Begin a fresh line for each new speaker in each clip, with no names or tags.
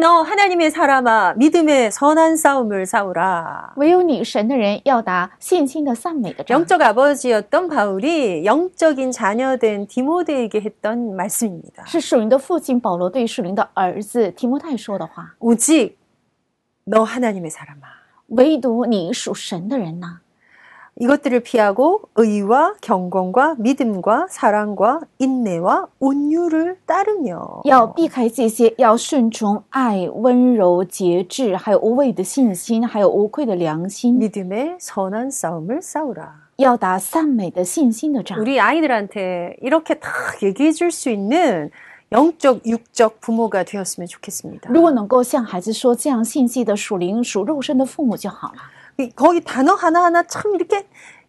너 하나님의 사람아 믿음의 선한 싸움을 싸우라.
唯有女神的人要打信心的赞美的仗。
영적 아버지였던 바울이 영적인 자녀된 디모데에게 했던 말씀입니다.
是属灵的父亲保罗对属灵的儿子提摩太说的话。
오직 너 하나님의 사람아.
唯独你属神的人呐、
이것들을 피하고 의와 경건과 믿음과 사랑과 인내와 온유를 따르며
要避开这些，要顺从爱、温柔、节制，还有无畏的信心，还有无愧的良心，
믿음의 선한 싸움을 싸우라.
要打赞美的信心的仗。
우리 아이들한테 이렇게 딱 얘기해 줄 수 있는 영적 육적 부모가 되었으면 좋겠습니다.
如果能够向孩子说这样信息的属灵属肉身的父母就好了。
이- 거기 단어 하나하나 참 이렇게,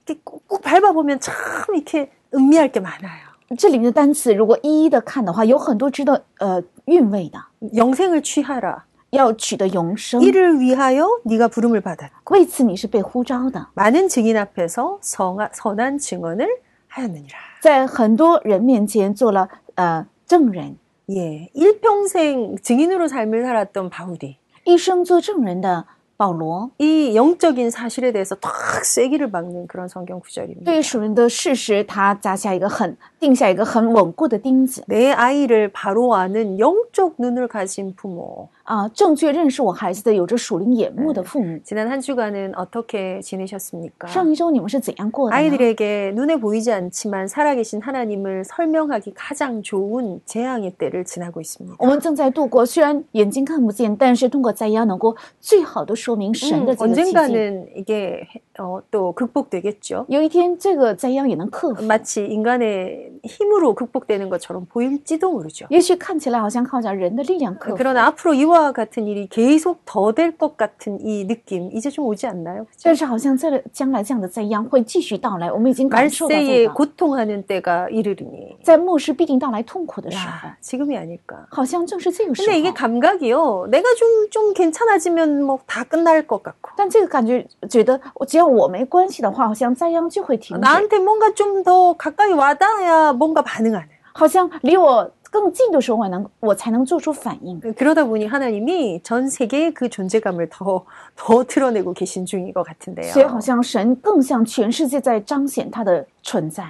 이렇게 꾹꾹 밟아보면 참 이렇게 음미할 게 많아요.
这里面的单词如果一一的看的话，有很多值得呃韵味的。
영생을 취하라.
要取得永生，
이를 위하여 네가 부름을 받았다.
为此你是被呼召的，
많은 증인 앞에서 성하, 선한 증언을 하였느니라.
在很多人面前做了呃证人，
예, 일평생 증인으로 삶을 살았던 바울이
一生做证人的保罗，
이 영적인 사실에 대해서 탁 쐐기를 박는 그런 성경 구절입니다.
对属人的事实，他扎下一个很定下一个很稳固的钉子
내 아이를 바로 아는 영적 눈을 가진 부모.
啊、正确认识我孩子的有着属灵眼目的父母。
지난 한 주간은 어떻게 지내셨습니까?
上一周你们是怎样过
哎
的呢？
아이들에게 눈에 보이지 않지만 살아계신 하나님을 설명하기 가장 좋은 재앙의 때를 지나고 있습니다.
我们正在度过，虽然眼睛看不见，但是通过灾殃能够最好的说明神
음,
的这个奇迹。
언젠가는 이게 어, 또 극복되겠죠.
有一天，这个灾殃也能克服。
마치 인간의 힘으로 극복되는 것처럼 보일지도 모르죠.
也许看起来好像靠着人的力量克服，
그러나 앞으로 이와 같은 일이 계속 더 될 것 같은 이 느낌 이제 좀 오지 않나요? 그죠?
但是好像这将来这样的灾殃会继续到来，我们已经感受到这
말세에
个，
고통하는 때가 이르리니
在末世必定到来痛苦的时候
야, ， 지금이 아닐까.
好像正是这个时
근데 이게
候。
감각이요. 내가 좀 좀 괜찮아지면 뭐 다 끝날 것 같고
但这个感觉觉得，我只要我没关系的话，好像灾殃就会停止，
나한테 뭔가 좀 더 가까이 와닿아야 뭔가 반응하는.
好像离我更近的时候，我能我才能做出反应。
그러다 보니 하나님이 전 세계에 그 존재감을 더, 더 드러내고 계신 중인 것 같은데요.
所以，好像神更向全世界在彰显他的存在。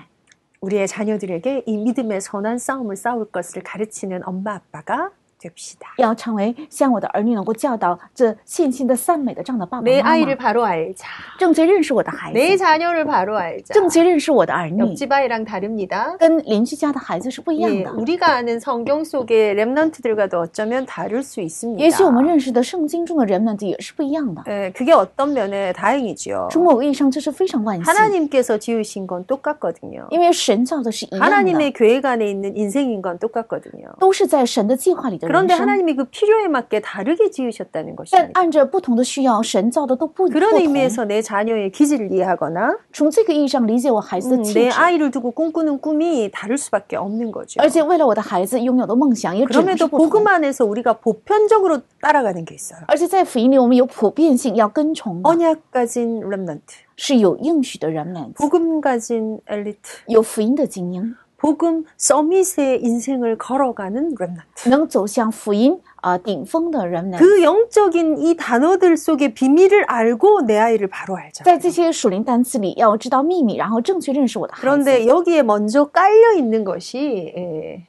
우리의 자녀들에게 이 믿음의 선한 싸움을 싸울 것을 가르치는 엄마 아빠가 됩시다.
要成为像我的儿女能够教导这信心的赞美的这样的爸爸
내
妈
아이를
妈，
바로 알자.
正确认识我的孩
내
子，
자녀를 바로 알자.
正确认识我的儿女，
옆집 아이랑 다릅니다.
跟邻居家的孩子是不一样
예,
的。
우리가 아는 성경 속의 렘넌트들과도 어쩌면 다를 수 있습니다.
也许我们认识的圣经中的人们也是不一样的。
예, 그게 어떤 면에 다행이지요.
从某个意义上，这是非常万幸，
하나님께서 지으신 건 똑같거든요.
因为神造的是一样的，
하나님의 계획 안에 있는 인생인 건 똑같거든요.
都是在神的计划里的人
그런데
生。
하나님이 그 필요에 맞게 다르게 지으셨다는
但
것입니다.
按着不同的需要，神造的都不不
네, 그런
同。
의미에서 내 자녀의 기질을 이해하거나
从这个意义上理解我孩子的
음,
气
嗯 내
质，
아이를 두고 꿈꾸는 꿈이 다를 수밖에 없는 거죠.
而且为了我的孩子拥有的梦想也只能是
아, 그럼에도
不同
복음 。 안에서 우리가 보편적으로 따라가는 게 있어요.
而且在福音里，我们有普遍性，要跟从的，
언약 가진 렘넌트,
是有应许的人们，
복음 가진 엘리트,
有福音的 精英，
복음 서밋의 인생을 걸어가는 렘넌트.
能走向福音啊、顶峰的人们。
그 영적인 이 단어들 속의 비밀을 알고 내 아이를 바로 알자.
在这些属灵单词里，要知道秘密，然后正确认识我的孩子。
그런데 여기에 먼저 깔려 있는 것이 예,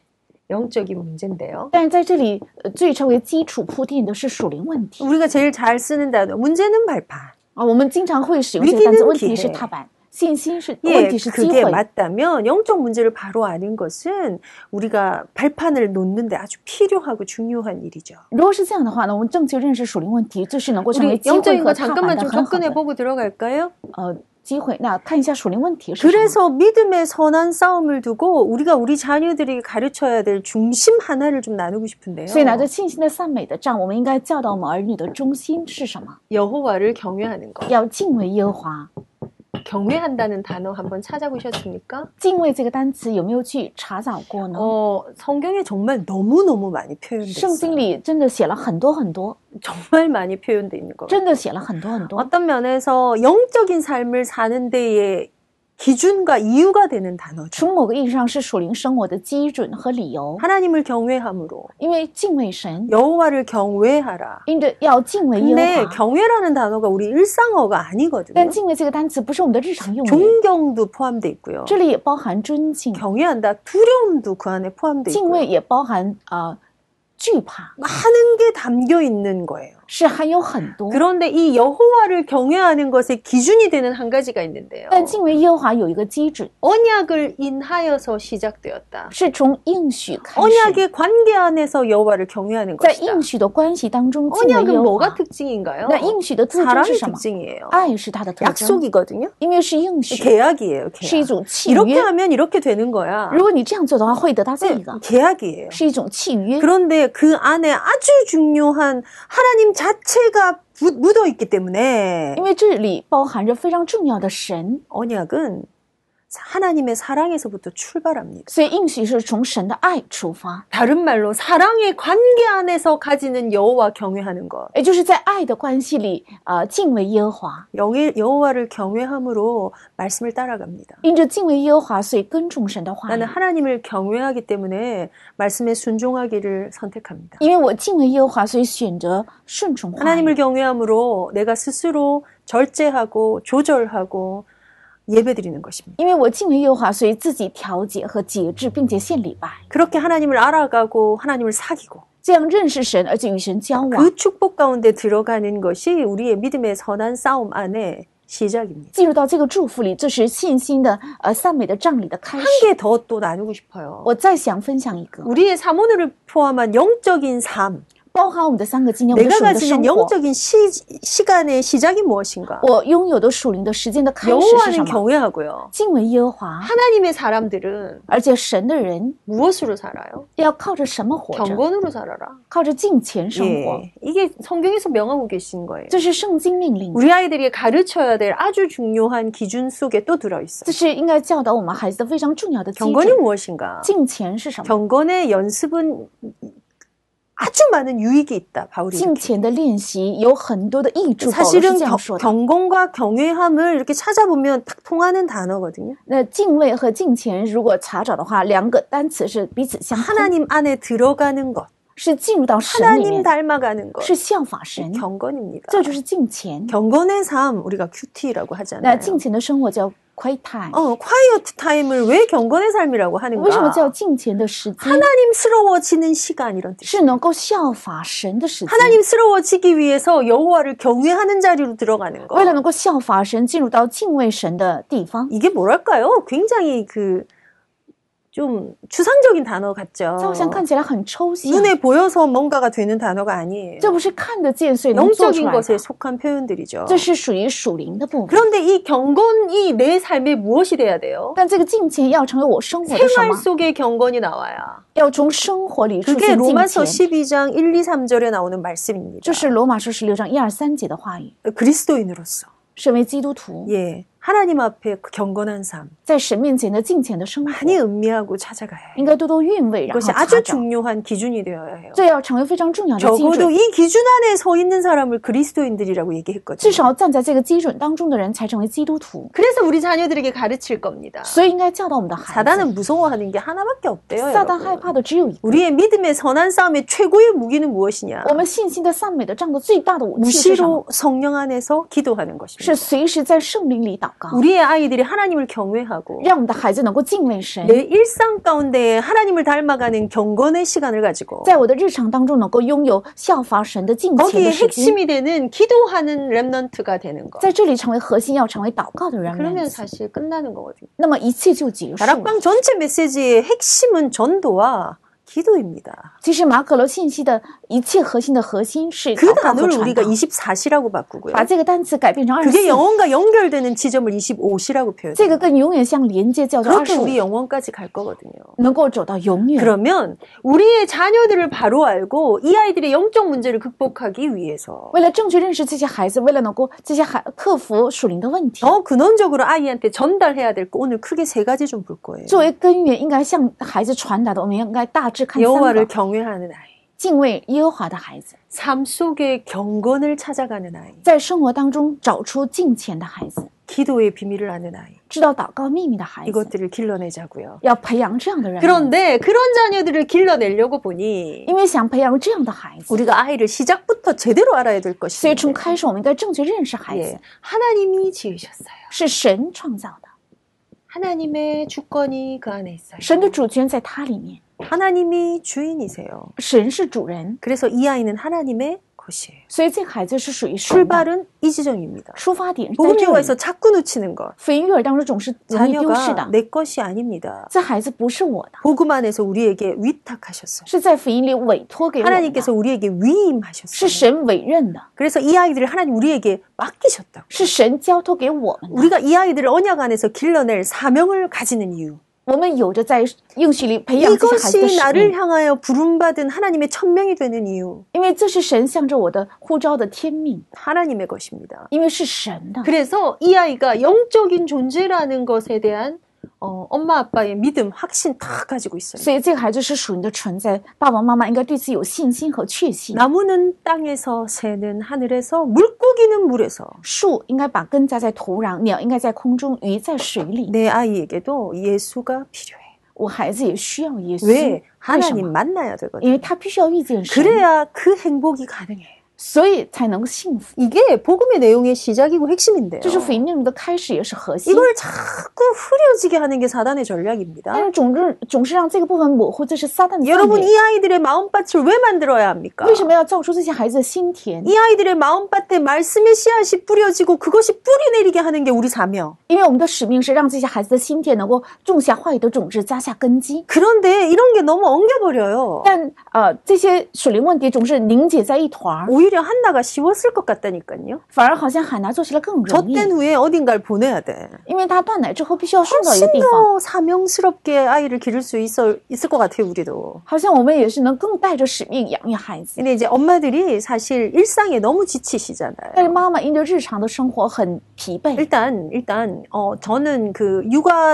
영적인 문제인데요.
但是在这里，呃最成为基础铺垫的是属灵问题
우리가 제일 잘 쓰는 단어 문제는 발판.
啊。我们经常会使用
危
这个单
机
词，
能
问
体
题是
系
踏板，信心是
예,
问题是机
그게
会。
맞다면 영적 문제를 바로 아는 것은 우리가 발판을 놓는데 아주 필요하고 중요한 일이죠.
如果是这样的话呢，我们正确认识属灵问题，这是能够成为
우리
机会
영적인
和
거
踏板
잠깐만
的
좀
很好
접근해
的
보고 들어갈까요?
呃机会。那看一下属灵问题是什么？
그래서 믿음의 선한 싸움을 두고 우리가 우리 자녀들에게 가르쳐야 될 중심 하나를 좀 나누고 싶은데요.
所以拿着信心的赞美的杖，我们应该教导我们儿女的中心是什么？
여호와를 경외하는 것.
要敬畏耶和华。
경외한다는 단어 한번 찾아보셨습니까?
敬畏这个单词有没有去查找过呢？
어, 성경에 정말 너무너무 많이 표현돼
圣经
있어요.
里哦真的写了很多很多，
정말 많이 표현돼 있는 거.
真的写了很多很多。
어떤 면에서 영적인 삶을 사는 데에 기준과 이유가 되는 단어죠.
从某个意义上是属灵生活的基准和理由，
하나님을 경외함으로
因为敬畏神，
여호와를 경외하라.
因着要敬畏耶
근데
和华。
경외라는 단어가 우리 일상어가 아니거든요.
但敬畏这个单词不是我们的日常用语，
존경도 포함돼 있고요.
这里也包含尊敬，
경외한다, 두려움도 그 안에 포함돼
敬
있고요.
畏也包含啊、呃惧怕，
많은 게 담겨 있는 거예요.
是含有很多。
그런데 이 여호와를 경외하는 것의 기준이 되는 한 가지가 있는데요.
但敬畏耶和华有一个基准，
언약을 인하여서 시작되었다.
是从应许
哦
开始，
언약의 관계 안에서 여호와를 경외하는
在
것이다.
应许的关系当中敬畏
언약은
耶和
뭐가
华。
특징인가요?
那应许的特征
사람의
是什么？
특징이에요. 아,
爱是它的特征，
약속이거든요.
因为是应许，
계약이에요.
是一
계약.
种契
이렇게
约。
하면 이렇게 되는 거야.
如果你这样做的话，会得到这
네,
个，
계약이에요.
是一种契约。
그런데 그 안에 아주 중요한 하나님 자체가 부- 묻어 있기 때문에
因为这里包含着非常重要的神，
언약은 하나님의 사랑에서부터 출발합니다.
所以应许是从神的爱出发，
다른 말로 사랑의 관계 안에서 가지는 여호와 경외하는 것.
也哎就是在爱的关系里啊、呃敬畏耶和华，
영의- 여호와를 경외함으로 말씀을 따라갑니다.
因着敬畏耶和华，所以跟从神的话
나는
语。
하나님을 경외하기 때문에 말씀에 순종하기를 선택합니다.
因为我敬畏耶和华，所以选择顺从话
하나님을
语。
경외함으로 내가 스스로 절제하고 조절하고 예배드리는 것입니다.
因为我敬畏耶和华，所以自己调节和节制，并且献礼拜，
그렇게 하나님을 알아가고 하나님을 사귀고
这样认识神，而且与神交往，
그 축복 가운데 들어가는 것이 우리의 믿음의 선한 싸움 안에 시작입니다.
进入到这个祝福里，这是信心的呃赞美的葬礼的开始。
한 개 더 또 나누고 싶어요.
我再想分享一个，
우리의 삼원을 포함한 영적인 삶,
包含我们的三个今天我们
내가
属灵的生
가지는
活，
영적인 시, 시간의 시작이 무엇인가?
我拥有的属灵的时间的开始是什
여호와는
么？
경외하고요.
敬畏耶和华，
하나님의 사람들은
而且神的人
무엇으로 살아요?
要靠着什么活着？
경건으로 살아라.
靠着敬虔生活，
예, 이게 성경에서 명하고 계신 거예요.
这是圣经命令的，
우리 아이들이 가르쳐야 될 아주 중요한 기준 속에 또 들어있어요.
这是应该教导我们孩子的非常重要的基
경건이
准。
무엇인가?
敬虔是什么？
경건의 연습은 아주 많은 유익이 있다. 바울이
敬
이렇게.
虔的练习有很多的益处，保罗是
사실은 경,
这样说的。
경건과 경외함을 이렇게 찾아보면 딱 통하는 단어거든요.
那敬畏和敬虔如果查找的话，两个单词是彼此相通，
하나님 안에 들어가는 것,
是进入到神里
하나님
面，
닮아가는 것,
是效法神，
경건입니다.
这就是敬虔。
경건의 삶 우리가 큐티라고
那
하잖아요.
敬虔的生活叫 quiet time，
어, 콰이어트 타임을 왜 경건의 삶이라고 하는가?
为什么叫敬虔的时间？
하나님스러워지는 시간 이런 뜻.
是能够效法神的时间。
하나님스러워지기 위해서 여호와를 경외하는 자리로 들어가는 거.
为了能够效法神，进入到敬畏神的地方，
이게 뭐랄까요? 굉장히 그 좀 추상적인 단어 같죠.
这好像看起来很抽象，
눈에 보여서 뭔가가 되는 단어가 아니에요.
这不是看得见，所以能做出
영적인
来的
것에 속한 표현들이죠.
这是属于属灵的部分。
그런데 이 경건이 내 삶에 무엇이 돼야 돼요?
但这个敬虔要成为我生活的什
생활
么？
속에 경건이 나와야.
要从生活里出
그게
现敬
로마서
虔。
12장 1, 2, 3절에 나오는 말씀입니다.
这是罗马书十六章一二三节的话语。
그리스도인으로서
身为基督徒，
예 하나님 앞에 그 경건한 삶
在神面前的敬虔的生活，
많이 어. 음미하고 찾아가야 해요.
应该多多韵味，然后
이것이
查
아주 아,
找。
중요한 기준이 되어야 해요.
这要成为非常重要的基
적어도
准。
이 기준 안에 서 있는 사람을 그리스도인들이라고
至
얘기했거든요.
少站在这个基准当中的人才成为基督徒，
그래서 우리 자녀들에게 가르칠 겁니다.
所以应该教导我们的孩子。
사단은 무서워하는 게 하나밖에 없대요.
撒旦害
여러분.
怕的只有一个。
우리의 믿음의 선한 싸움의 최고의 무기는 무엇이냐?
我们信心的赞美的仗的最大的武器是什么？
무시로 성령 안에서 기도하는 것입니다.
是随时在圣灵里祷告，
우리의 아이들이 하나님을 경외하고
让我们的孩子能够敬畏神，
내 일상 가운데 하나님을 닮아가는 경건의 시간을 가지고
在我的日常当中能够拥有效法神的敬虔
거기에
的时间，
핵심이 되는 기도하는 렘넌트가 되는 거.
在这里成为核心，要成为祷告的人
그러면
们。
사실 끝나는 거거든요.
那么一切就结束了。
다락방 전체 메시지의 핵심은 전도와 기도입니다.
其实马可罗信息的一切核心的核心是
그
祷告和
단어를
传
우리가
道，
24시라고 바꾸고요.
把这个单词改变成二十
그게
四，
영혼과 연결되는 지점을 25시라고
这
표현해요.
个更永远相连接，叫做二
그렇게
十五，
우리 영혼까지 갈 거거든요.
能够走到永
예.
远。
그러면 우리의 자녀들을 바로 알고 이 아이들의 영적 문제를 극복하기 위해서
为了正确认识这些孩子，为了能够这些孩克服属灵的问题，
더 근원적으로 아이한테 전달해야 될 거 오늘 크게 세 가지 좀 볼 거예요.
作为根源，应该向孩子传达的，我们应该大致看三
여호와를
个：
경외하는 아이,
敬畏耶和华的孩子，
삶 속에 경건을 찾아가는 아이,
在生活当中找出敬虔的孩子，
기도의 비밀을 아는 아이,
知道祷告秘密的孩子，
이것들을 길러내자고요.
要培养这样
네.
的人。
그런데 그런 자녀들을 길러내려고 보니
因为想培养这样的孩子，
우리가 아이를 시작부터 제대로 알아야 될
所
것이죠.
以从开始我们应该正确认识孩
예,
子
하나님이 지으셨어요.
是神创造的，
하나님의 주권이 그 안에 있어요.
神的主权在他里面，
하나님이 주인이세요.
神是主人，
그래서 이 아이는 하나님의 것이에요.
所以这个孩子是属于神的。
출발은 이 지점입니다.
出发点是在
복음
这
육아에서
里。
자꾸 놓치는 것.
非育儿当中总是容易丢失
자녀가
的，
내 것이 아닙니다.
这孩子不是我的，
복음 안에서 우리에게 위탁하셨어요.
是在福音里委托
네.
给我们的
하나님께서 ， 우리에게
是
위임하셨어요.
神委任的，
그래서 이 아이들을 하나님 우리에게 맡기셨다고.
是神交托给我们的。
우리가 이 아이들을 언약 안에서 길러낼 사명을 가지는 이유.
我们有着在应许里培养这些孩子的
이것이
使
나를
命，
향하여 부름받은 하나님의 천명이 되는 이유.
因为这是神向着我的呼召的天命，
하나님의 것입니다.
因为是 神的。
그래서 이 아이가 영적인 존재라는 것에 대한 어, 엄마 아빠의 믿음, 확신 다 가지고 있어요.
所以这个孩子是属于你的存在，爸爸妈妈应该对自己有信心和确信。
나무는 땅에서, 새는 하늘에서, 물고기는 물에서
树应该把根扎在土壤，鸟应该在空中，鱼在水里。
내 아이에게도 예수가 필요해.
我孩子也需要耶稣，
왜
为什
하나님
么？
만나야
因
되거든.
为他必须要遇见神，
그래야 그 행복이 가능해.
所以才能幸福。
이게 복음의 내용의 시작이고 핵심인데요.
这是福音内容的开始，也是核心。
이걸 자꾸 흐려지게 하는 게 사단의 전략입니다.
但是总是总是让这个部分模糊，这是撒旦的
여러분
犯
이
罪
아이들의 마음밭을 왜 만들어야 합니까?
为什么要造出这些孩子的心田？
이 아이들의 마음밭에 말씀의 씨앗이 뿌려지고 그것이 뿌리 내리게 하는 게 우리 사명.
因为我们的使命是让这些孩子的心田能够种下话语的种子，扎下根基。
그런데 이런 게 너무 엉겨버려요.
但呃，这些属灵问题总是凝结在一团儿，
오히려 한나가 쉬웠을 것같다니깐요
反而好像海南做起来更容易，
젖된 후에 어딘가를 보내야 돼.
因为他断奶之后必须要送到一个
훨씬
地方。
더 사명스럽게 아이를 기를 수 있어, 있을 것 같아요, 우리도.
好像我们也是能更带着使命养育孩子，
근데 이제 엄마들이 사실 일상에 너무 지치시잖아요.
但是妈妈因着日常的生活很疲
哎
惫。
일단, 일단, 어, 저는 그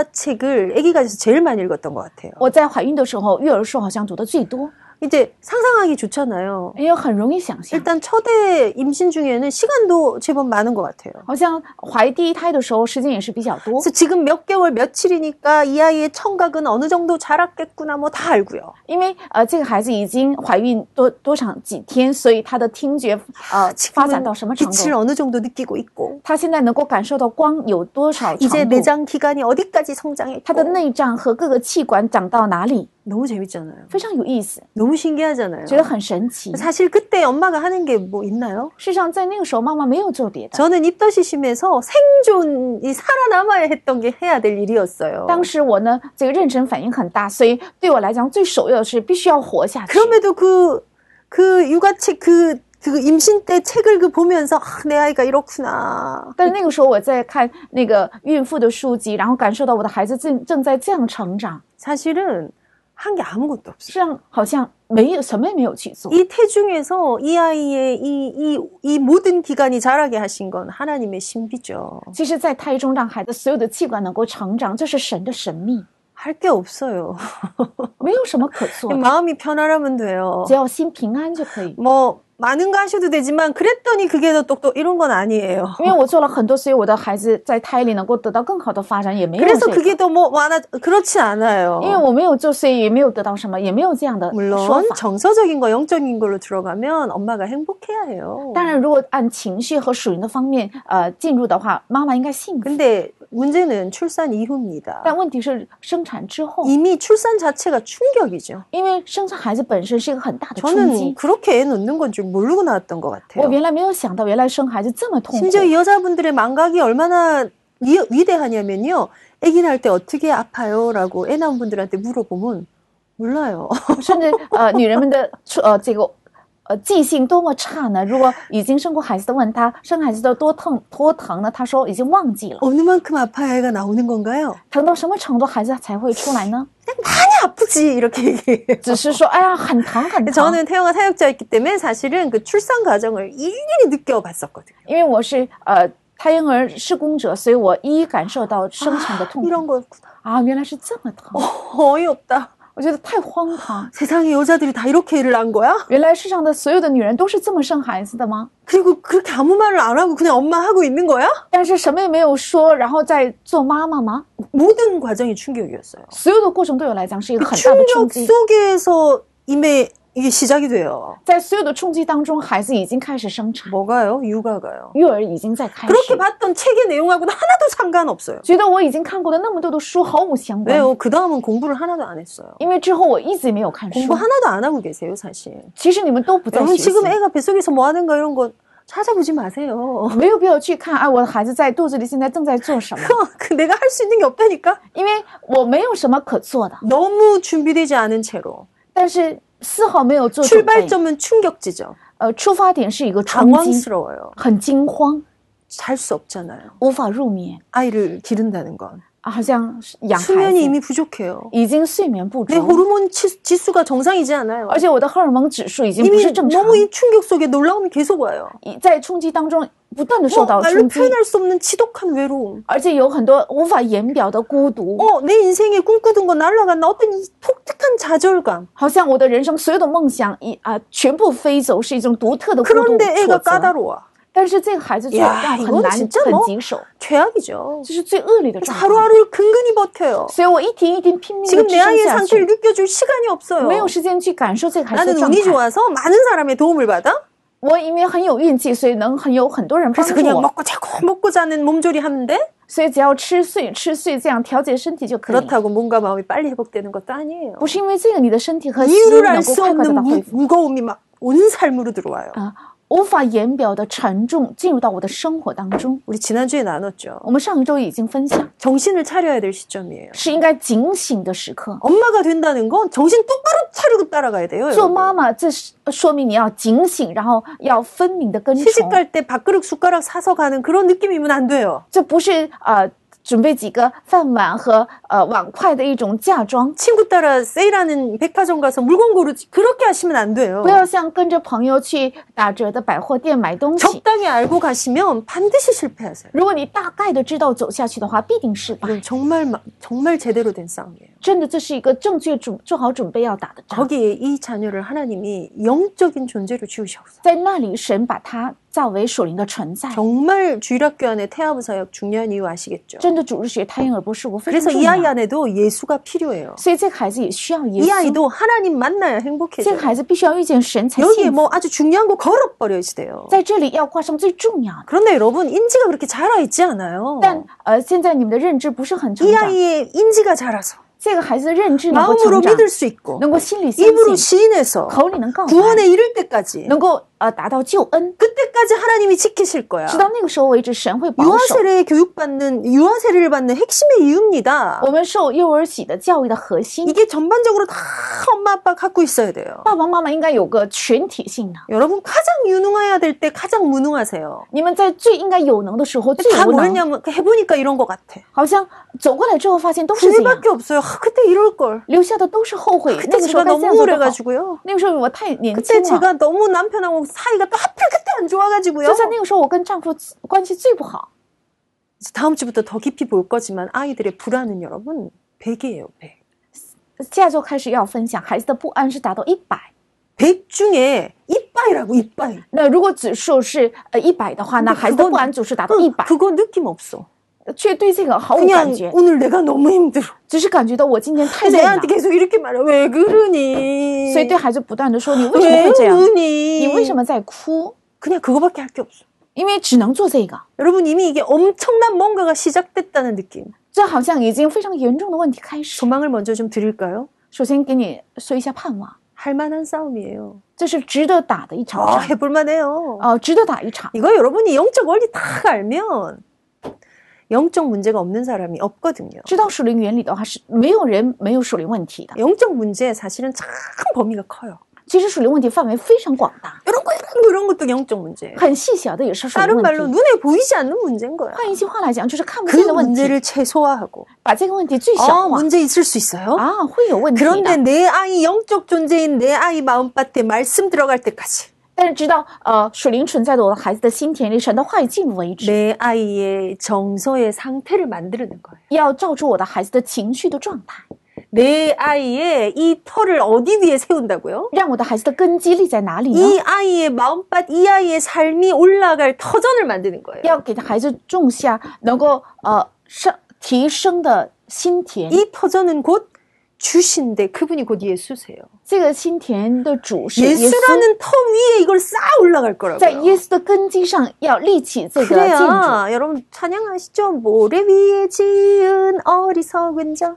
육아책을 아기가 돼서 제일 많이 읽었던 것 같아요.
我在怀孕的时候，育儿书好像读的最多，
이제 상상하기 좋잖아요.
因为很容易想象。
일단 첫해 임신 중에는 시간도 제법 많은 것 같아요.
好像怀第一胎的时候时间也是比较多，
그래서 지금 몇 개월 며칠이니까 이 아이의 청각은 어느 정도 자랐겠구나 뭐 다 알고요.
因为呃这个孩子已经怀孕多多长几天，所以他的听觉呃发展
지금은
到什么程
빛을
度？
어느 정도 느끼고 있고
他现在能够感受到光有多少
이제
长度，
내장 기관이 어디까지
他的
성장했고
内脏和各个器官长到哪里，
너무 재밌잖아요.
非常有意思，
너무 신기하잖아요.
觉得很神奇。
사실 그때 엄마가 하는 게 뭐 있나요?
事实上，在那个时候，妈妈没有做别的。
저는 입덧이 심해서 생존이 살아남아야 했던 게 해야 될 일이었어요.
当时我呢，这个妊娠反应很大，所以对我来讲，最首要的是必须要活下去。
그럼에도 그, 그 육아책 그, 그 임신 때 책을 그 보면서, 아, 내 아이가 이렇구나.
但是那个时候，我在看那个孕妇的书籍，然后感受到我的孩子正正在这样成长。
사실은 한 게 아무것도 없어요.
实际上好像没有什么也没有去做。
이 태중에서 이 아이의 이, 이, 이 모든 기관이 자라게 하신 건 하나님의 신비죠.
其实，在胎中让孩子所有的器官能够成长，这是神的神秘，
할 게 없어요.
没有什么可
어,
做的，
마음이 편안하면 돼요.
只要心平安就可以。
뭐, 많은 거 하셔도 되지만, 그랬더니 그게 더 똑똑, 이런 건 아니에요.
因为我做了很多，所以我的孩子在胎里能够得到更好的发展，也没有这
그래서
个。
그게 더 뭐 많아, 그렇지 않아요.
因为我没有做，所以也没有得到什么，也没有这样的说
물론
法。
정서적인 거 영적인 걸로 들어가면 엄마가 행복해야 해요.
当然，如果按情绪和属灵的方面呃进入的话，妈妈应该幸福。
근데 문제는 출산 이후입니다.
但问题是生产之后，
이미 출산 자체가 충격이죠.
因为生产孩子本身是一个很大的冲
저는
击。
그렇게 애 놓는 건 줄 모르고 나왔던 것
我
같아요.
原来没有想到，原来生孩子这么痛苦。
심지어 이 여자분들의 망각이 얼마나 위, 위대하냐면요. 애기 낳을 때 어떻게 아파요? 라고 애 낳은 분들한테 물어보면 몰라요.
甚至呃，女人们的出呃这个呃记性多么差呢？如果已经生过孩子的问她生孩子的多痛多疼呢，她说已经忘记了，
어느 만큼 아파야 애가 나오는 건가요?
疼到什么程度孩子才会出来 呢？
아프지 이렇게 얘기해요.
只是说哎呀很疼很疼，
저는 태영아 사역자였기 때문에 사실은 그 출산 과정을 일일이 느껴봤었거든요.
因为我是呃胎婴儿施工者，所以啊我一一感受到生产的痛苦
이런 거였구나.
啊，原来是这么疼，
어이없다.
我觉得太荒唐。
세상에 여자들이 다 이렇게 일을 한 거야?
原来世上的所有的女人都是这么生孩子的吗？
그리고 그렇게 아무 말을 안 하고 그냥 엄마 하고 있는 거야?
但是什么也没有说，然后再做妈妈吗？
모든 과정이 충격이었어요.
所有的过程对我来讲是一个
그
很大的冲
충격
击，
속에서 이미 이게 시작이 돼요.
在所有的冲击当中，孩子已经开始生产，
뭐가요? 육아가요.
育儿已经在开始。
그렇게 봤던 책의 내용하고는 하나도 상관없어요.
觉得我已经看过的那么多的书毫无相关，
왜요? 그 다음은 공부를 하나도 안 했어요.
因为之后我一直没有看书
공부 。 하나도 안 하고 계세요, 사실.
其实你们都不在
여러분
学习，
지금 애가 뱃속에서 뭐 하는가 이런 거 찾아보지 마세요.
没有必要去看啊，我的孩子在肚子里现在正在做什么，
그 내가 할 수 있는 게 없다니까.
因为我没有什么可做的，
너무 준비되지 않은 채로
但是丝毫没有
그렇죠.
做准备。
출발점은 충격지죠.
呃，出发点是一个冲击，
당황스러워요.
很惊慌，
잘 수 없잖아요.
无法入眠，
아이를 기른다는 건
啊好像是养孩
수면이
子
이미 부족해요.
已经睡眠不
내
足，
호르몬 치- 지수가 정상이지 않아요.
而且我的荷尔蒙指数已经不
이미
是正常，
너무 이 충격 속에 놀라움이 계속 와요.
已在冲击当中不断的
어,
受到
말로
冲击，
표현할 수 없는 지독한 외로움.
而且有很多无法言表的孤独。
어, 내 인생에 꿈꾸던 건 날아갔나? 어떤 이 독특한 좌절감.
好像我的人生所有的梦想一啊全部飞走，是一种独特的孤独
그런데
挫
애가
折。
까다로워.
但是这个孩子就
呀
让
이건
很难
진짜뭐
很棘手，
최악이죠.
这是最恶劣的状况。
하루하루를 근근히 버텨요.
所以我一天一天拼命的
지금
支
내 음, 아이의
撑下
상태를
去，哦
느껴줄 시간이 없어요.
没有时间去感受这个孩子
나는
的状
운이
态。
좋아서 많은 사람의 도움을 받아.
我因为很有运气，所以能很有很多人帮
그래서
助
그냥
我，
먹고 자고 먹고 자는 몸조리 하는데
所以只要吃睡吃睡这样调节身体就可以。
그렇다고 몸과 마음이 빨리 회복되는 것도 아니에요.
不是因为这个，你的身体和心
이유를 알
能够
수
快快
없는
的到恢
무,
复
무거움이 막 온 삶으로 들어와요.
啊，无法言表的沉重进入到我的生活当中。
우리 지난주에 나눴죠.
我们上一周已经分享，
정신을 차려야 될 시점이에요.
是应该警醒的时刻。
엄마가 된다는 건 정신 똑바로 차리고 따라가야 돼요.
做
여러분.
妈妈，这是呃说明你要警醒，然后要分明的跟
시집
从。
갈 때 밥그릇 숟가락 사서 가는 그런 느낌이면 안 돼요.
这不是呃准备几个饭碗和呃碗筷的一种嫁妆，
친구 따라 세일하는 백화점 가서 물건 고르지 그렇게 하시면 안 돼요.
不要像跟着朋友去打折的百货店买东西。
적당히 알고 가시면 반드시 실패하세요.
如果你大概的知道走下去的话，必定失败。
이건 정말 마- 정말 제대로 된 싸움이에요.
真的，这是一个正确准做好准备要打的仗。
거기에 이 자녀를 하나님이 영적인 존재로 지으셨어요.
在那里，神把它造为属灵的存在。
정말 주일학교 안에 태아부 사역 중요한 이유 아시겠죠?
真的，主日学胎婴儿不是无非
그래서
常重
이 아이
要。
안에도 예수가 필요해요.
所以这个孩子也需要耶
이
稣，
아이도 하나님 만나야
这
행복해져요.
个孩子必须要遇见神才
여기에
幸福。
뭐 아주 중요한 거 걸어버려지대요.
在这里要挂上最重要的。
그런데 여러분 인지가 그렇게 자라 있지 않아요.
但呃，现在你们的认知不是很成
이
长，
아이의 인지가 자라서
这个孩子的认知能够
마음으로
成长，
믿을 수 있고
能够心里相
입으로
信，
시인해서
口里能告白，
구원에 이를 때까지
能够呃达到救恩，
그때까지 하나님이 지키실 거야.
直到那个时候为止，神会保守。
유아세례 교육받는 유아세례를 받는 핵심의 이유입니다.
我们受幼儿洗的教育的核心，
이게 전반적으로 다 엄마 아빠 갖고 있어야 돼요.
爸爸妈妈应该有个群体性的。
여러분 가장 유능해야 될 때 가장 무능하세요.
你们在最应该有能的时候最
다
无能，
뭐였냐면 그 해보니까 이런 것 같아.
好像走过来之后发现都是这样，
후회밖에 없어요. 아, 그때 이럴 걸.
留下的都是后悔。那
그때
个时候
제가
该这
너무
样做的好，
우울해가지고요. 네,
那个时候我太年轻
그때
了，
제가 너무 남편하고 사이가 또 하필 그때 안 좋아가지고요.
就在那个时候我跟丈夫关系最不好。
이제 다음 주부터 더 깊이 볼 거지만 아이들의 불안은 여러분 100이에요. 100.
现在就开始要分享孩子的不安是达到一百。
100 중에 이빠이라고 이빠이.
那如果指数是呃一百的话，那
那
孩子的
可不
不安指数达到一百，
그거 느낌 없어.
却对这个毫无
그냥
感觉，
오늘 내가 너무 힘들어.
只是感觉到我今天太
그래서 음,
累了
애한테 ， 계속 이렇게 말해. 왜 그러니?
所以对孩子不断的说你为什么
왜
会这样，
우니?
你为什么在哭？
그냥 그거밖에 할 게 없어.
因为只能做这个，
여러분 이미 이게 엄청난 뭔가가 시작됐다는 느낌.
这好像已经非常严重的问题开始。
조망을 먼저 좀 드릴까요?
首先给你说一下盼望，
할 만한 싸움이에요.
这是值得打的一场
아
仗，
해볼 만해요.
呃，值得打一场。
이거 여러분이 영적 원리 다 알면 영적 문제가 없는 사람이 없거든요.
知道属灵原理的话，是没有人没有属灵问题的。
영적 문제 사실은 참 범위가 커요.
其实属灵问题范围非常广大，
이런 거 이런 거 이런 것도 영적 문제예요.
很细小的也是属灵
다른 말로
问题。
눈에 보이지 않는 문제인 거야.
换一句话来讲，就是看不
그
见的哦问题。
문제를 최소화하고
把这个问题最小
아
化
문제 있을 수 있어요.
啊，会有问题
그런데
的。
내 아이 영적 존재인 내 아이 마음밭에 말씀 들어갈 때까지
但是直到呃属灵存在的我的孩子的心田里，神的话语进入为止，
내 아이의 정서의 상태를 만드는 거예요.
要照出我的孩子的情绪的状态，
내 아이의 이 털을 어디 위에 세운다고요?
让我的孩子的根基立在哪里呢？
이 아이의 마음밭, 이 아이의 삶이 올라갈 터전을 만드는 거예요.
要给孩子种下能够呃上提升的心田。
이 터전은 곧 주신데 그분이 곧 예수세요.
这个心田的主是耶稣，
예수라는 터 위에 이걸 쌓아 올라갈
在
거라고요.
耶稣的根基上要立起这个建筑。
그래야 여러분 찬양하시죠. 모래 위에 지은 어리석은 자.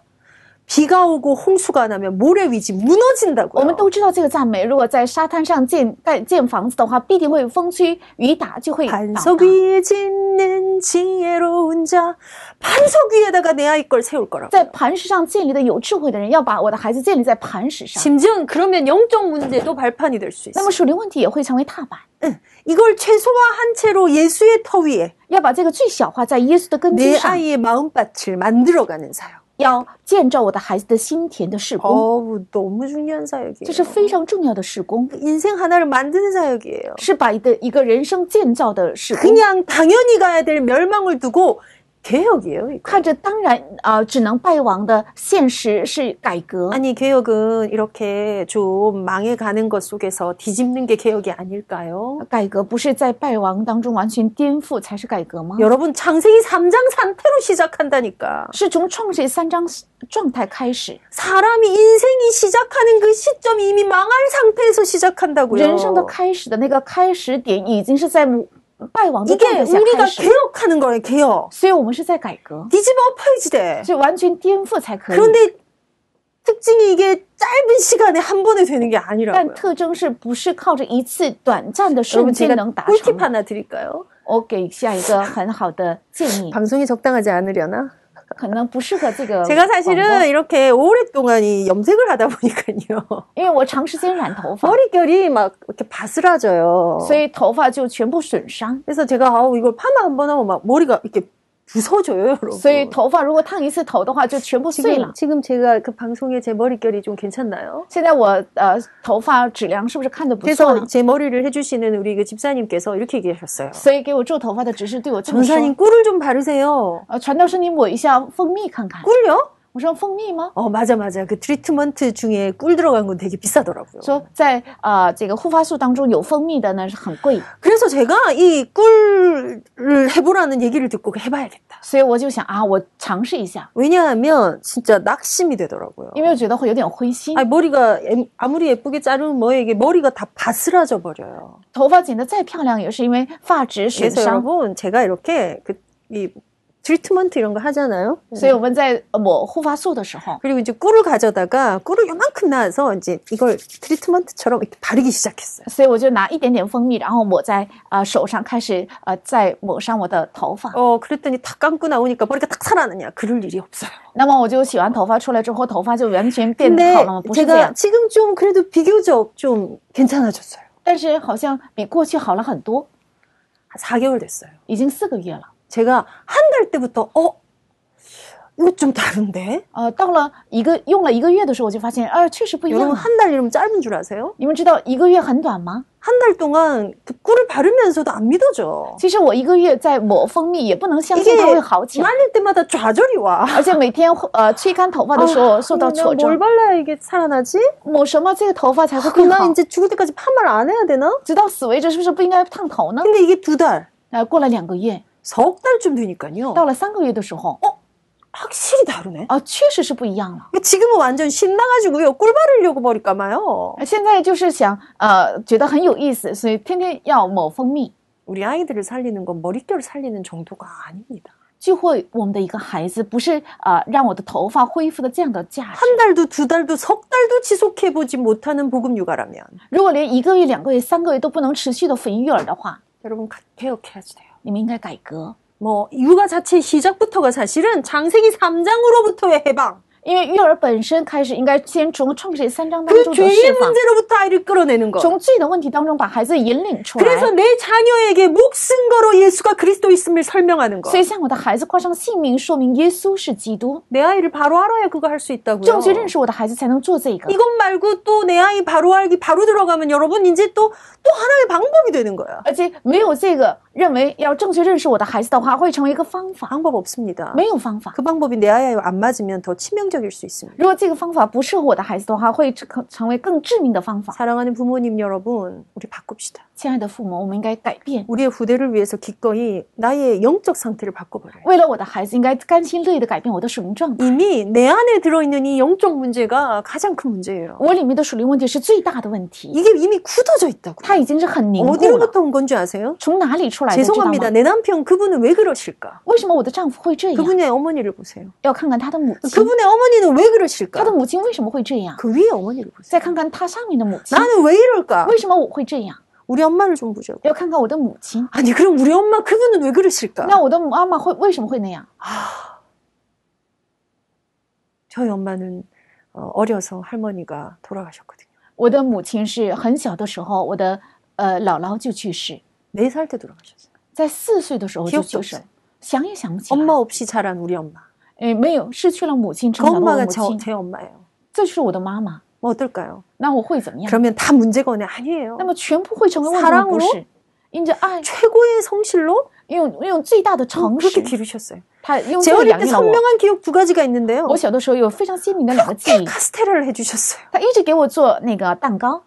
비가 오고 홍수가 나면 모래 위지
我
무너진다고요.
们都知道这个赞美，如果在沙滩上建盖建房子的话，必定会风吹雨打就会倒塌
반석 。 위에 짓는 지혜로운 자. 반석 위에다가 내 아이 걸 세울 거라고.
在磐石上建立的有智慧的人，要把我的孩子建立在磐石上。
심지어 그러면 영적 문제도 발판이 될 수
那
있어요.
么属灵问题也会成为踏板，
이걸 최소화한 채로 예수의 터 위에
要把这个最小化在耶稣的根基
내
上，
아이의 마음밭을 만들어가는 사역.
要建造我的孩子的心田的事工，
어우, 너무 중요한 사역이에요.
这是非常重要的事工，
인생 하나를 만드는 사역이에요.
是把一个一个人生建造的事工。
그냥 당연히 가야 될 멸망을 두고 개혁이에요. 그- 이거.
看着当然啊、呃只能败亡的现实是改革。
아니 개혁은 이렇게 좀 망해가는 것 속에서 뒤집는 게 개혁이 아닐까요?
改革不是在败亡当中完全颠覆才是改革吗？
여러분 창세기 3장 상태로 시작한다니까.
是从创世三章状态开始，
사람이 인생이 시작하는 그 시점이 이미 망할 상태에서 시작한다고요.
人生的开始的那个开始点已经是在败亡的
이게
状态下
우리가
开始，
개혁하는 거예요. 개혁.
所以我们是在改革，
뒤집어 엎어야지돼.
是完全颠覆才可以。
그런데 특징이 이게 짧은 시간에 한 번에 되는 게 아니라고요.
但特征是不是靠着一次短暂的瞬
여러분
间
제가
能达
꿀팁
成？
하나 드릴까요?
我给下一个很好的建议，
방송이 적당하지 않으려나?
可能不适合这 个
제가
广播
사실은 이렇게 오랫동안 이 염색을 하다 보니까요.
因为我长时间染头发，
머릿결이 막 이렇게 바스라져요.
所以头发就全部损伤。
그래서 제가 아우 이걸 파마 한 번 하면 막 머리가 이렇게 부서져요, 여러분.
所以头发如果烫一次头的话，就全部碎
지금
了。
지금 제가 그 방송에 제 머릿결이 좀 괜찮나요?
现在我呃头发质量是不是看着不错
그래서
呢？
제 머리를 해주시는 우리 그 집사님께서 이렇게 얘기하셨어요.
所以给我做头发的执事对我这么说
전사님 꿀을 좀 바르세요.
呃，传道师，你抹一下蜂蜜看看。
꿀요?
我说蜂蜜吗？
어 맞아 맞아 그 트리트먼트 중에 꿀 들어간 건 되게 비싸더라고요.
说在呃这个护发素当中有蜂蜜的呢是很贵，
그래서 제가 이 꿀을 해보라는 얘기를 듣고 해봐야겠다.
所以我就想啊，我尝试一下，
왜냐하면 진짜 낙심이 되더라고요.
因为我觉得会有点灰心，
아니, 머리가 엠- 아무리 예쁘게 자르면 뭐예요? 이게 머리가 다 바스라져 버려요.
头发剪得再漂亮也是因为发质损
그래서
伤。
여러분 제가 이렇게 그, 이 트리트먼트 이런 거 하잖아요.
所以我们在呃抹护发素的时候，
그리고 이제 꿀을 가져다가 꿀을 요만큼 낳아서 이제 이걸 트리트먼트처럼 이렇게 바르기 시작했어요.
所以我就拿一点点蜂蜜，然后抹在呃手上，开始呃再抹上我的头发。
어, 그랬더니 다 감고 나오니까 머리가 딱 살아나냐? 그럴 일이 없어요.
那么我就洗完头发出来之后，头发就完全变
근데
好了吗？不是这
제가
样，
지금 좀 그래도 비교적 좀 괜찮아졌어요.
但是好像比过去好了很多，
한 4개월 됐어요.
已经四个月了。
제가 한 달 때부터 어? 이거 좀 다른데?
呃，到了一个用了一个月的时候，我就发现，啊，确实不一样
여러분
了。
한 달 이러면 짧은 줄 아세요?
你们知道一个月很短吗？
한 달 동안 그 꿀을 바르면서도 안 믿어져.
其实我一个月在抹蜂蜜，也不能相信它会好起来，
말릴 때마다 좌절이 와.
而且每天呃吹干头发的时候
아,
受到
내가
挫折，
뭘 발라야 이게 살아나지?
抹什么这个头发才会
아,
更
그럼 나
好？
이제 죽을 때까지 파마를 안 해야 되나?
直到死为止，是不是不应该烫头呢？
근데 이게 두 달,
呃，过了两个月，
석 달쯤 되니까요.
到了三个月的时候，
확실히 다르네.
啊，确实是不一样了。
아, 그러니까 지금은 완전 신나가지고요. 꿀 바르려고 머리 감아요.
呃现在就是想呃，觉得很有意思，所以天天要抹蜂蜜。
우리 아이들을 살리는 건 머릿결 살리는 정도가 아닙니다.
聚会，我们的一个孩子不是啊、呃让我的头发恢复的这样的价值。
한 달도 두 달도 석 달도 지속해보지 못하는 복음 육아라면
如果连一个月、两个月、三个月都不能持续的福音育儿的话，
여러분 가- 개혁해야지 돼요.
你们应该改革，
뭐 육아 자체 시작부터가 사실은 장세기 3장으로부터의 해방
因为育儿本身开始应该先从创世三章当
그
中的
죄의
释放，
문제로부터 아이를 끌어내는 거
从罪的问题当中把孩子引领出来。
그래서 내 자녀에게 목숨 걸어 예수가 그리스도있음을 설명하는
所以向我的孩子挂上姓名，说明耶稣是基督。
거내 아이를 바로 알아야 그거 할 수 있다고요 그러니까.
正确认识我的孩子才能做这个。
이것 말고 또 내 아이 바로 알기 바로 들어가면 여러분 이제 또 또 하나의 방법이 되는 거야
而且没有这个，认为要正确认识我的孩子的话，会成为一个方法。 네.
방법 없습니다
没有方法，
그 방법이 내 아이와 안 맞으면 더 치명적일 수 있습니다.
如果这个方法不适合我的孩子的话，会成成为更致命的方法。
사랑하는 부모님 여러분, 우리 바꿉시다.
亲爱的父母，我们应该改变，
우리의 후대를 위해서 기꺼이 나의 영적 상태를 바꿔버려요.
为了我的孩子，应该甘心乐意的改变我的属灵状态。
이미 내 안에 들어있는 이 영적 문제가 가장 큰 문제예요.
我里面的属灵问题是最大的问题，
이게 이미 굳어져 있다고.
它已经是很凝固了。
어디로부터 온 건지 아세요?
从哪里出来的？知道
죄송합니다.
吗？
내 남편 그분은 왜 그러실까?
为什么我的丈夫会这样？
그분의 어머니를 보세요.
要看看他的母亲，
그분의 어머니는 왜
他的
그러실까?
母亲为什么会这样？
그 위에 어머니를 보세요.
再看看他上面的母亲，
나는 왜 이럴까?
为什么我会这样？
우리 엄마를 좀 보자고.
要看看我的母亲，
아니 그럼 우리 엄마 그분은 왜 그러실까?
那我的妈妈会为什么会那样？
저희 엄마는 어, 어려서 할머니가 돌아가셨거든요.
我的母亲是很小的时候，我的呃姥姥就去世，
네 살 때 돌아가셨어요.
在四岁的
어,
时候就去世
기억
了，想也想不起来
엄마 。 없이 자란 우리 엄마.
哎，没有，失去了母亲，
그
成长了我
엄마가
的母
저
亲，
제 엄마예요.
这就是我的妈妈。
뭐 어떨까요?
那我会怎么样？
그러면 다 문제가 오네 아니에요.
那么全部会成为问
사랑 으로
题不是？因着爱，
최고의 성실로
用用最大的诚
그렇게
实，
기르셨어요.
他用
제
这个
어릴
养
때
育了我。
선명한 기억 두 가지가 있는데요.
我小的时候有非常鲜明的两个记
꽤
忆，
카스테라를 해주셨어요.
他一直给我做那个蛋糕。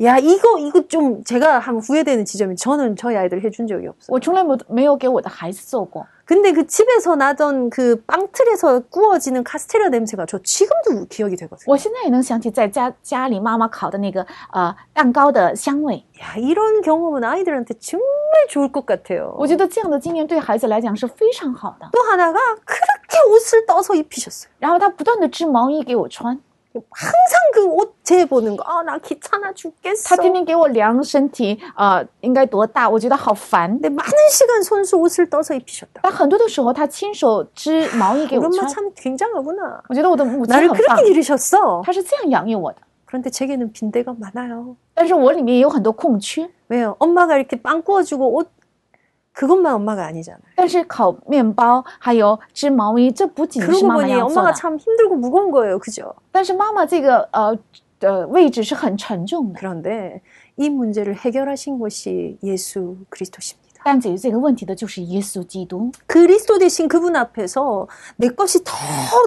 야 이거 이거 좀 제가 한 후회되는 지점이 저는 저희 아이들 해준 적이 없어요.
我从来没没有给我的孩子做过。
근데 그 집에서 나던 그 빵틀에서 구워지는 카스테라 냄새가 저 지금도 기억이 되거든요.
我现在也能想起在家家里妈妈烤的那个呃蛋糕的香味。
야 이런 경험은 아이들한테 정말 좋을 것 같아요.
我觉得这样的经验对孩子来讲是非常好的。
또 하나가 그렇게 옷을 떠서 입히셨어요.
然后他不断的织毛衣给我穿，
항상 그 옷 재보는 거. 아 나 귀찮아 죽겠어.
他天天给我量身体，呃，应该多大？我觉得好烦。
근데 많은 시간 손수 옷을 떠서 입히셨다.
但很多的时候，他亲手织毛衣给
우리
我
엄마
穿，
참 굉장하구나.
我觉得我的母亲
나를
很棒
그렇게 ， 기르셨어.
他是这样养育我的。
그런데 제게는 빈대가 많아요.
但是我里面也有很多空缺，
왜요? 엄마가 이렇게 빵 구워주고 옷 그것만 엄마가 아니잖아요.
但是烤面包还有织毛衣，这不仅是
그러고
妈妈
보니
要做
엄마가
的，
참 힘들고 무거운 거예요, 그죠?
但是妈妈这个呃呃位置是很沉重的。
그런데 이 문제를 해결하신 것이 예수 그리스도십니다.
但解决这个问题的就是耶稣基督，
그리스도 대신 그분 앞에서 내 것이 더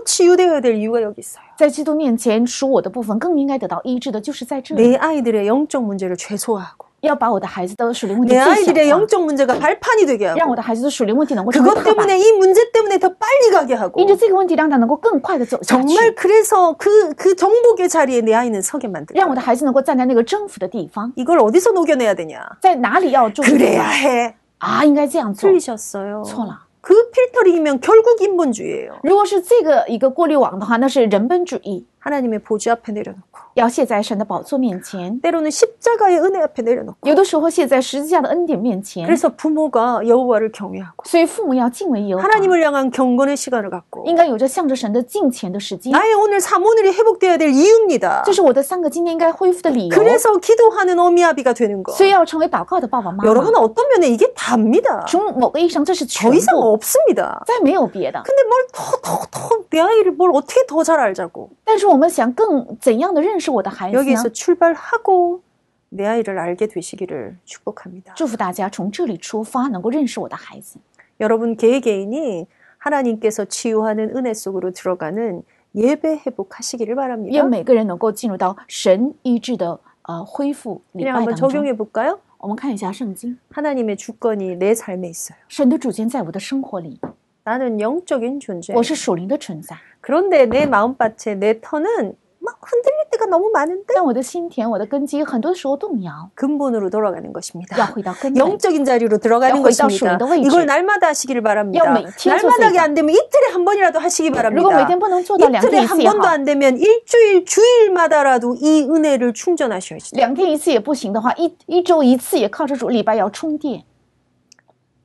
치유되어야 될 이유가 여기 있어요.
在基督面前属我的部分更应该得到医治的，就是在这里。
내 아이들의 영적 문제를 최소화하고
要把我的孩子的属灵问题
내
最
아이들의
小化，
영적 문제가 발판이 되게 하고
让我的孩子的属灵问题能够成为
그것
踏板，
때문에 이 문제 때문에 더 빨리 가게 하고
因着这个问题让他能够更快的走下去，
정말 그래서 그, 그 정복의 자리에 내 아이는 서게
让
만들고
我的孩子能够站在那个征服的地方，
이걸 어디서 녹여내야 되냐
在哪里要注意
그래야 해
啊？应该这样做，
틀리셨어요
错了。
그 필터링이면 결국 인본주의예요
如果是这个一个过滤网的话，那是人本主义，
하나님의 보좌 앞에 내려놓고
要卸在神的宝座面前，
때로는 십자가의 은혜 앞에 내려놓고
有的时候卸在十字架的恩典面前。
그래서 부모가 여호와를 경외하고
所以父母要敬畏耶和华，
하나님을 향한 경건의 시간을 갖고
应该有着向着神的敬虔的时间。
나의 오늘 삶 오늘이 회복되어야 될 이유입니다
这是我的三个今天应该恢复的理由。
그래서 기도하는 어미아비가 되는 거
所以要成为祷告的爸爸妈妈。
여러분 어떤 면에 이게 답니다
从某个意义上，这是全
더 이상
部，
없습니다
再没有别的。
근데 뭘 더 더 더 내 아이를 뭘 어떻게 더 잘 알자고
但是我们想更怎样的认识我的孩子
여기에서
呢？
출발하고 내 아이를 알게 되시기를 축복합니다.
祝福大家从这里出发，能够认识我的孩子。
여러분 개개인이 하나님께서 치유하는 은혜 속으로 들어가는 예배 회복하시기를 바랍니다.
愿每个人能够进入到神医治的呃恢复礼
그냥
拜
한번
当中。
적용해 볼까요?
我们看一下圣经，
하나님의 주권이 내 삶에 있어요.
神的主权在我的生活里，
나는 영적인 존재.
我是属灵的存在，
그런데 내 마음밭에 내 터는 막 흔들릴 때가 너무 많은데
但我的心田、我的根基，很多时候动摇，
근본으로 돌아가는
要
것입니다.
回到 根本。
영적인 자리로 들어가는
영혼이 다
것입니다.
주인의 위치.
이걸 날마다 하시기를 바랍니다.
영혼이 튀어서
날마다 하게
있다.
안 되면 이틀에 한 번이라도 하시기
如果每
바랍니다.
天不能做到两天
이틀에
一
한
次也好，
번도 뭐 안 되면 일주일 주일마다라도 이 은혜를 충전하셔야 죠
两天一次也不行的话，一一周一次也靠着主礼拜要充电。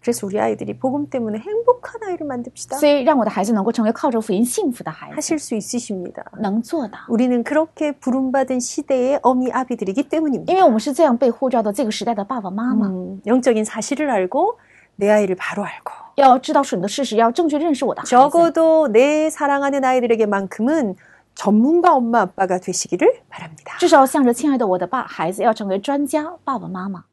그래서 우리 아이들이 복음 때문에 행복한 아이를 만듭시다.
所以让我的孩子能够成为靠着福音幸福的孩子，
하실 수 있으십니다.
能做到，
우리는 그렇게 부름받은 시대의 어미 아비들이기
因
때문입니다.
为我们是这样被呼召的这个时代的爸爸妈妈，
음, 영적인 사실을 알고 내 아이를 바로 알고
要知道准的事实，要正确认识我的孩子。
적어도 내 사랑하는 아이들에게만큼은 전문가 엄마 아빠가 되시기를 바랍니다.
至少向着亲爱的我的爸孩子，要成为专家爸爸妈妈。